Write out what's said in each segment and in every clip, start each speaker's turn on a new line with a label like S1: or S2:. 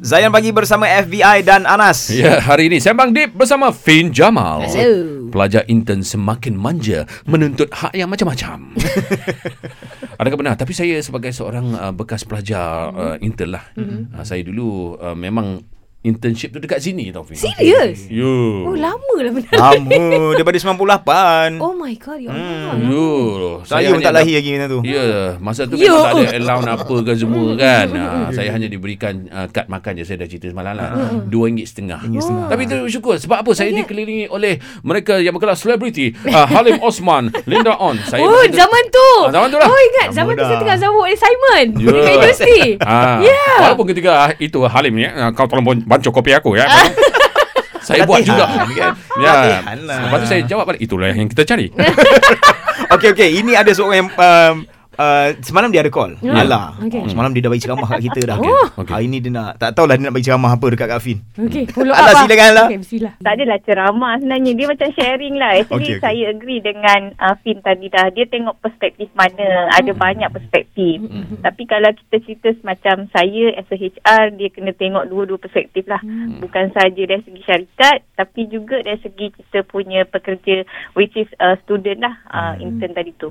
S1: Zayan Pagi bersama FBI dan Anas.
S2: Ya, hari ini Sembang Deep bersama Fin Jamal.
S3: Hello.
S2: Pelajar intern semakin manja menuntut hak yang macam-macam. Adakah benar? Tapi saya sebagai seorang uh, bekas pelajar uh, intern lah. Mm-hmm. Uh, saya dulu uh, memang internship tu dekat sini tau Fin.
S3: Serius?
S2: Yo.
S3: Oh, lama lah benar.
S1: Lama daripada 98.
S3: Oh my god, ya Allah.
S2: Yo.
S1: saya pun
S2: hanya
S1: tak lahir lagi benda tu.
S2: Ya, yeah, masa tu
S3: Oh. Yo. Ya,
S2: memang tak ada allowance apa ke semua kan. Ha, saya hanya diberikan uh, kad makan je. Saya dah cerita semalam
S3: Ah,
S2: lah. RM2.5.
S1: RM2.50.
S2: Tapi tu syukur. Sebab apa? Saya
S3: Banyak.
S2: dikelilingi oleh mereka yang berkelas selebriti. Uh, Halim Osman, Linda On. Saya
S3: Oh,
S2: masa tu-
S3: zaman tu.
S2: Ah, zaman tu lah.
S3: Oh, ingat zaman tu
S1: Muda.
S3: saya tengah zawuk oleh Simon.
S2: Ya.
S3: Dekat universiti.
S2: Ah,
S3: Yeah.
S2: Walaupun ketika itu Halim ni, ah, kau tolong bon- bancuh kopi aku ya.
S3: Ah.
S2: saya buat juga.
S1: Latihan, kan?
S2: Ya.
S1: Latihan lah.
S2: Lepas tu saya jawab balik, itulah yang kita cari.
S1: Okey okey, ini ada seorang yang um, uh, semalam dia ada call.
S3: Ya.
S1: Ala.
S3: Okey.
S1: Oh, semalam dia dah bagi ceramah kat kita dah.
S3: Oh.
S2: Okey.
S1: Hari ni dia nak tak tahulah dia nak bagi ceramah apa dekat Kak Fin.
S3: Okey, follow up.
S1: Alah,
S3: lah.
S1: silakan, Alah.
S3: Okey, sila.
S4: Tak adalah ceramah sebenarnya. Dia macam sharing lah. Actually
S1: Okey, okey.
S4: okay, okay. saya agree dengan uh, Fin tadi dah. Dia tengok perspektif mana. Ada banyak perspektif. Tapi kalau kita cerita macam saya as a HR, dia kena tengok dua-dua perspektif lah. Bukan saja dari segi syarikat tapi juga dari segi kita punya pekerja which is uh, student lah uh, intern tadi tu.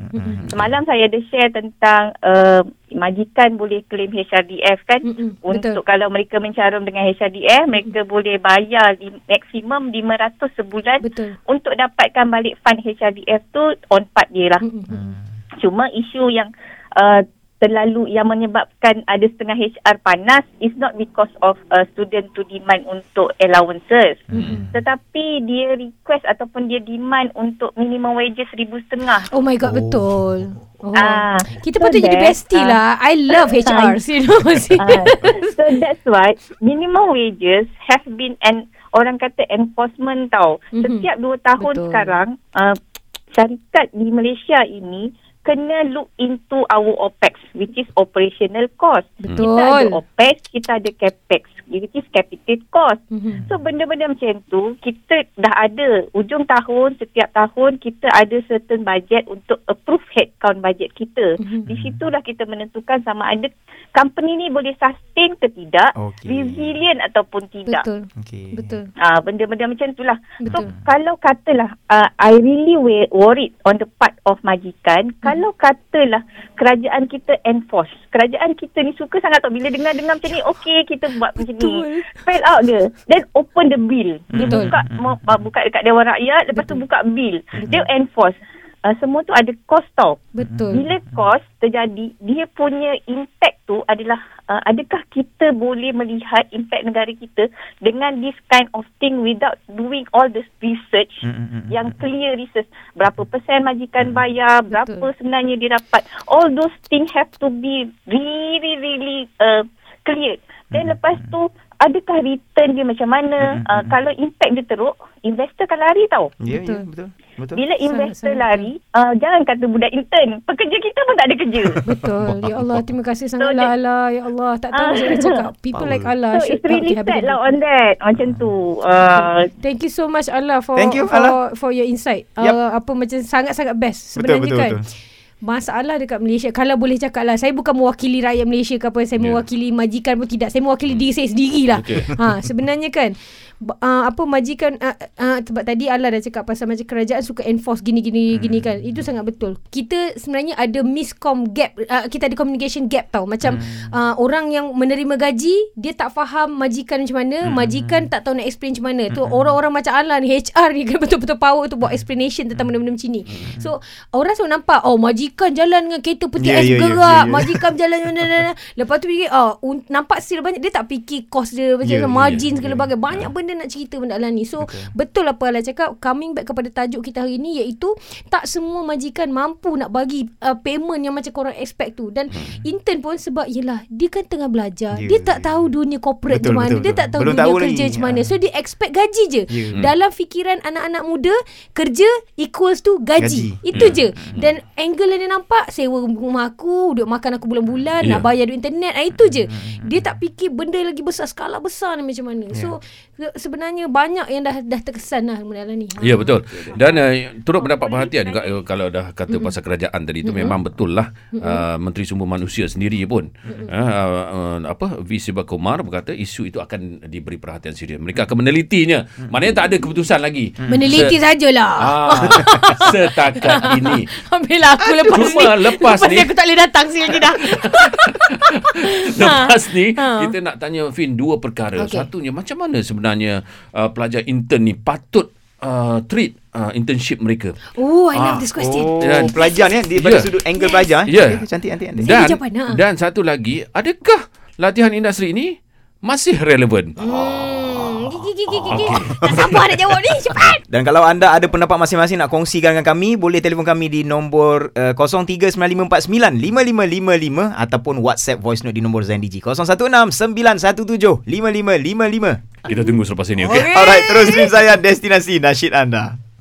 S4: Semalam saya ada share tentang uh, majikan boleh claim HRDF kan
S3: Mm-mm, betul.
S4: untuk kalau mereka mencarum dengan HRDF eh, mereka boleh bayar di, maksimum 500 sebulan
S3: Betul.
S4: untuk dapatkan balik fund HRDF tu on part dia lah.
S3: Mm-mm.
S4: Cuma isu yang uh, terlalu yang menyebabkan ada setengah HR panas is not because of uh, student to demand untuk allowances.
S3: Mm-mm.
S4: Tetapi dia request ataupun dia demand untuk minimum wages seribu setengah.
S3: Oh my
S1: Oh.
S3: god, betul. Oh.
S4: Ah,
S3: Kita
S4: so
S3: patut jadi
S4: that,
S3: bestie
S4: ah,
S3: lah. I love HR. Serius.
S4: Ah, so that's why minimum wages have been an orang kata enforcement tau.
S3: Mhm.
S4: Setiap dua tahun
S3: Betul.
S4: sekarang uh, syarikat di Malaysia ini kena look into our OPEX which is operational cost. Kita
S3: Betul.
S4: ada OPEX, kita ada CAPEX which is capital cost.
S3: Mhm.
S4: So benda-benda macam tu kita dah ada ujung tahun setiap tahun kita ada certain budget untuk approve headcount budget kita.
S3: Mhm.
S4: Di situlah kita menentukan sama ada company ni boleh sustain ke tidak,
S1: Okey.
S4: resilient ataupun tidak.
S3: Betul.
S1: Okey.
S3: Betul.
S4: Ah benda-benda macam itulah. So
S3: Betul.
S4: kalau katalah uh, I really wa- worried on the part of
S3: Hmm.
S4: majikan, kalau katalah kerajaan kita enforce. Kerajaan kita ni suka sangat tau bila dengar-dengar macam ni, okey kita buat macam ni.
S3: Betul.
S4: Spell out dia. Then open the bill. Dia
S3: Betul. Hmm.
S4: buka mo- uh, buka dekat Dewan Rakyat, lepas tu
S3: Betul. Hmm.
S4: buka bill. Dia enforce. Uh, semua tu ada cost tau.
S3: Betul.
S4: Bila kos terjadi, dia punya impact tu adalah uh, adakah kita boleh melihat impact negara kita dengan this kind of thing without doing all this research
S1: Mm, mm, mm,
S4: yang clear research. Berapa persen majikan bayar, berapa
S3: Betul.
S4: sebenarnya dia dapat. All those thing have to be really really uh, clear. Then
S1: Mm,
S4: lepas tu adakah return dia macam mana? Uh, kalau impact dia teruk, investor akan lari tau.
S1: Ya,
S3: Betul.
S1: ya, betul. Betul.
S4: Bila investor
S3: sangat
S4: lari, uh, jangan kata budak intern. Pekerja kita pun tak ada kerja.
S3: Betul. Ya Allah, terima kasih sangat
S4: So,
S3: lah Allah. Ya Allah, tak tahu
S4: Ah.
S3: saya nak cakap. People
S1: Power.
S3: like Allah
S4: so
S3: should
S4: it's
S3: talk
S4: really
S3: to
S4: sad
S3: everybody.
S4: lah on that. Macam tu. Uh,
S3: Thank you so much Allah for
S1: Thank you,
S3: for
S1: Allah.
S3: for your insight.
S1: Yup.
S3: Uh, apa macam sangat-sangat best sebenarnya
S1: betul,
S3: kan.
S1: betul.
S3: Masalah dekat Malaysia kalau boleh cakap lah saya bukan mewakili rakyat Malaysia ke apa saya
S2: Ya.
S3: yeah. mewakili majikan pun tidak saya mewakili diri saya sendiri lah
S2: Okey.
S3: ha sebenarnya kan b- uh, apa majikan uh, uh, sebab tadi Allah dah cakap pasal macam kerajaan suka enforce gini
S1: Hmm.
S3: gini gini kan itu sangat betul kita sebenarnya ada miscom gap uh, kita ada communication gap tau macam
S1: Hmm.
S3: uh, orang yang menerima gaji dia tak faham majikan macam
S1: Hmm.
S3: mana majikan tak tahu nak explain macam mana tu orang-orang macam Allah ni HR ni kan betul-betul power tu buat
S1: Hmm.
S3: explanation tentang benda-benda macam ni so orang selalu nampak oh majikan jalan dengan kereta peti
S1: Ya, ya,
S3: yeah, es
S1: ya,
S3: yeah, gerak
S1: ya,
S3: yeah,
S1: ya.
S3: yeah. majikan jalan dan- dan- dan. lepas tu fikir oh un- nampak still banyak dia tak fikir kos dia macam
S1: Ya,
S3: yeah,
S1: ya,
S3: margin
S1: ya,
S3: yeah, segala
S1: ya.
S3: yeah. bagai banyak benda nak cerita benda lah ni so betul. betul apa Allah cakap coming back kepada tajuk kita hari ni iaitu tak semua majikan mampu nak bagi uh, payment yang macam korang expect tu dan intern pun sebab yelah dia kan tengah belajar
S1: Hmm. Ya,
S3: yeah, dia tak
S1: ya.
S3: tahu dunia corporate
S1: Betul,
S3: macam mana
S1: betul,
S3: dia
S1: betul.
S3: tak tahu
S1: Belum
S3: dunia
S1: tahu
S3: kerja
S1: lagi.
S3: macam mana
S1: Ah.
S3: so dia expect gaji je
S1: Ya.
S3: yeah. dalam fikiran anak-anak muda kerja equals to gaji,
S1: Gaji.
S3: gaji.
S2: Hmm.
S3: itu je dan angle yang dia nampak sewa rumah aku duit makan aku bulan-bulan
S2: Ya. Hmm,
S3: nak bayar duit internet ah, itu je dia tak fikir benda lagi besar skala besar ni macam mana so sebenarnya banyak yang dah dah terkesan lah dalam ni.
S2: Ya betul. Dan uh, turut mendapat perhatian juga uh, kalau dah kata mm-hmm. pasal kerajaan tadi itu mm-hmm. memang betul lah uh, Menteri Sumber Manusia sendiri pun mm-hmm. uh, uh, apa V Sibakumar berkata isu itu akan diberi perhatian serius. Mereka akan menelitinya. Mm-hmm. Maknanya tak ada keputusan lagi.
S3: Hmm. Meneliti Ha. sajalah.
S2: Ah, setakat ini.
S3: Ambil aku lepas
S2: Cuma
S3: ni.
S2: lepas ni-
S3: aku tak boleh datang sini lagi dah.
S2: Lepas ni
S3: Ha.
S2: kita nak tanya Fin dua perkara.
S3: Okey.
S2: Okay. Satunya macam mana sebenarnya uh, pelajar intern ni patut uh, treat uh, internship mereka.
S3: Oh, I love
S2: Ah.
S3: this question.
S1: Oh,
S2: Dan-
S1: pelajar ni eh, daripada
S2: Ya.
S1: sudut angle pelajar eh.
S2: Ya.
S1: Eh, Cantik cantik cantik.
S2: Dan
S3: jawapan, ha.
S2: dan satu lagi, adakah latihan industri ini masih relevan?
S3: Hmm, gigi gigi gigi.
S2: Ah,
S3: Tak sabar nak jawab ni. Cepat.
S1: Dan kalau anda ada pendapat masing-masing nak kongsikan dengan kami, boleh telefon kami di nombor uh, 0395495555 ataupun WhatsApp voice note di nombor Zain Digi 0169175555.
S2: Kita tunggu selepas ini, okey?
S3: Oh,
S1: Alright, terus stream saya destinasi nasyid anda.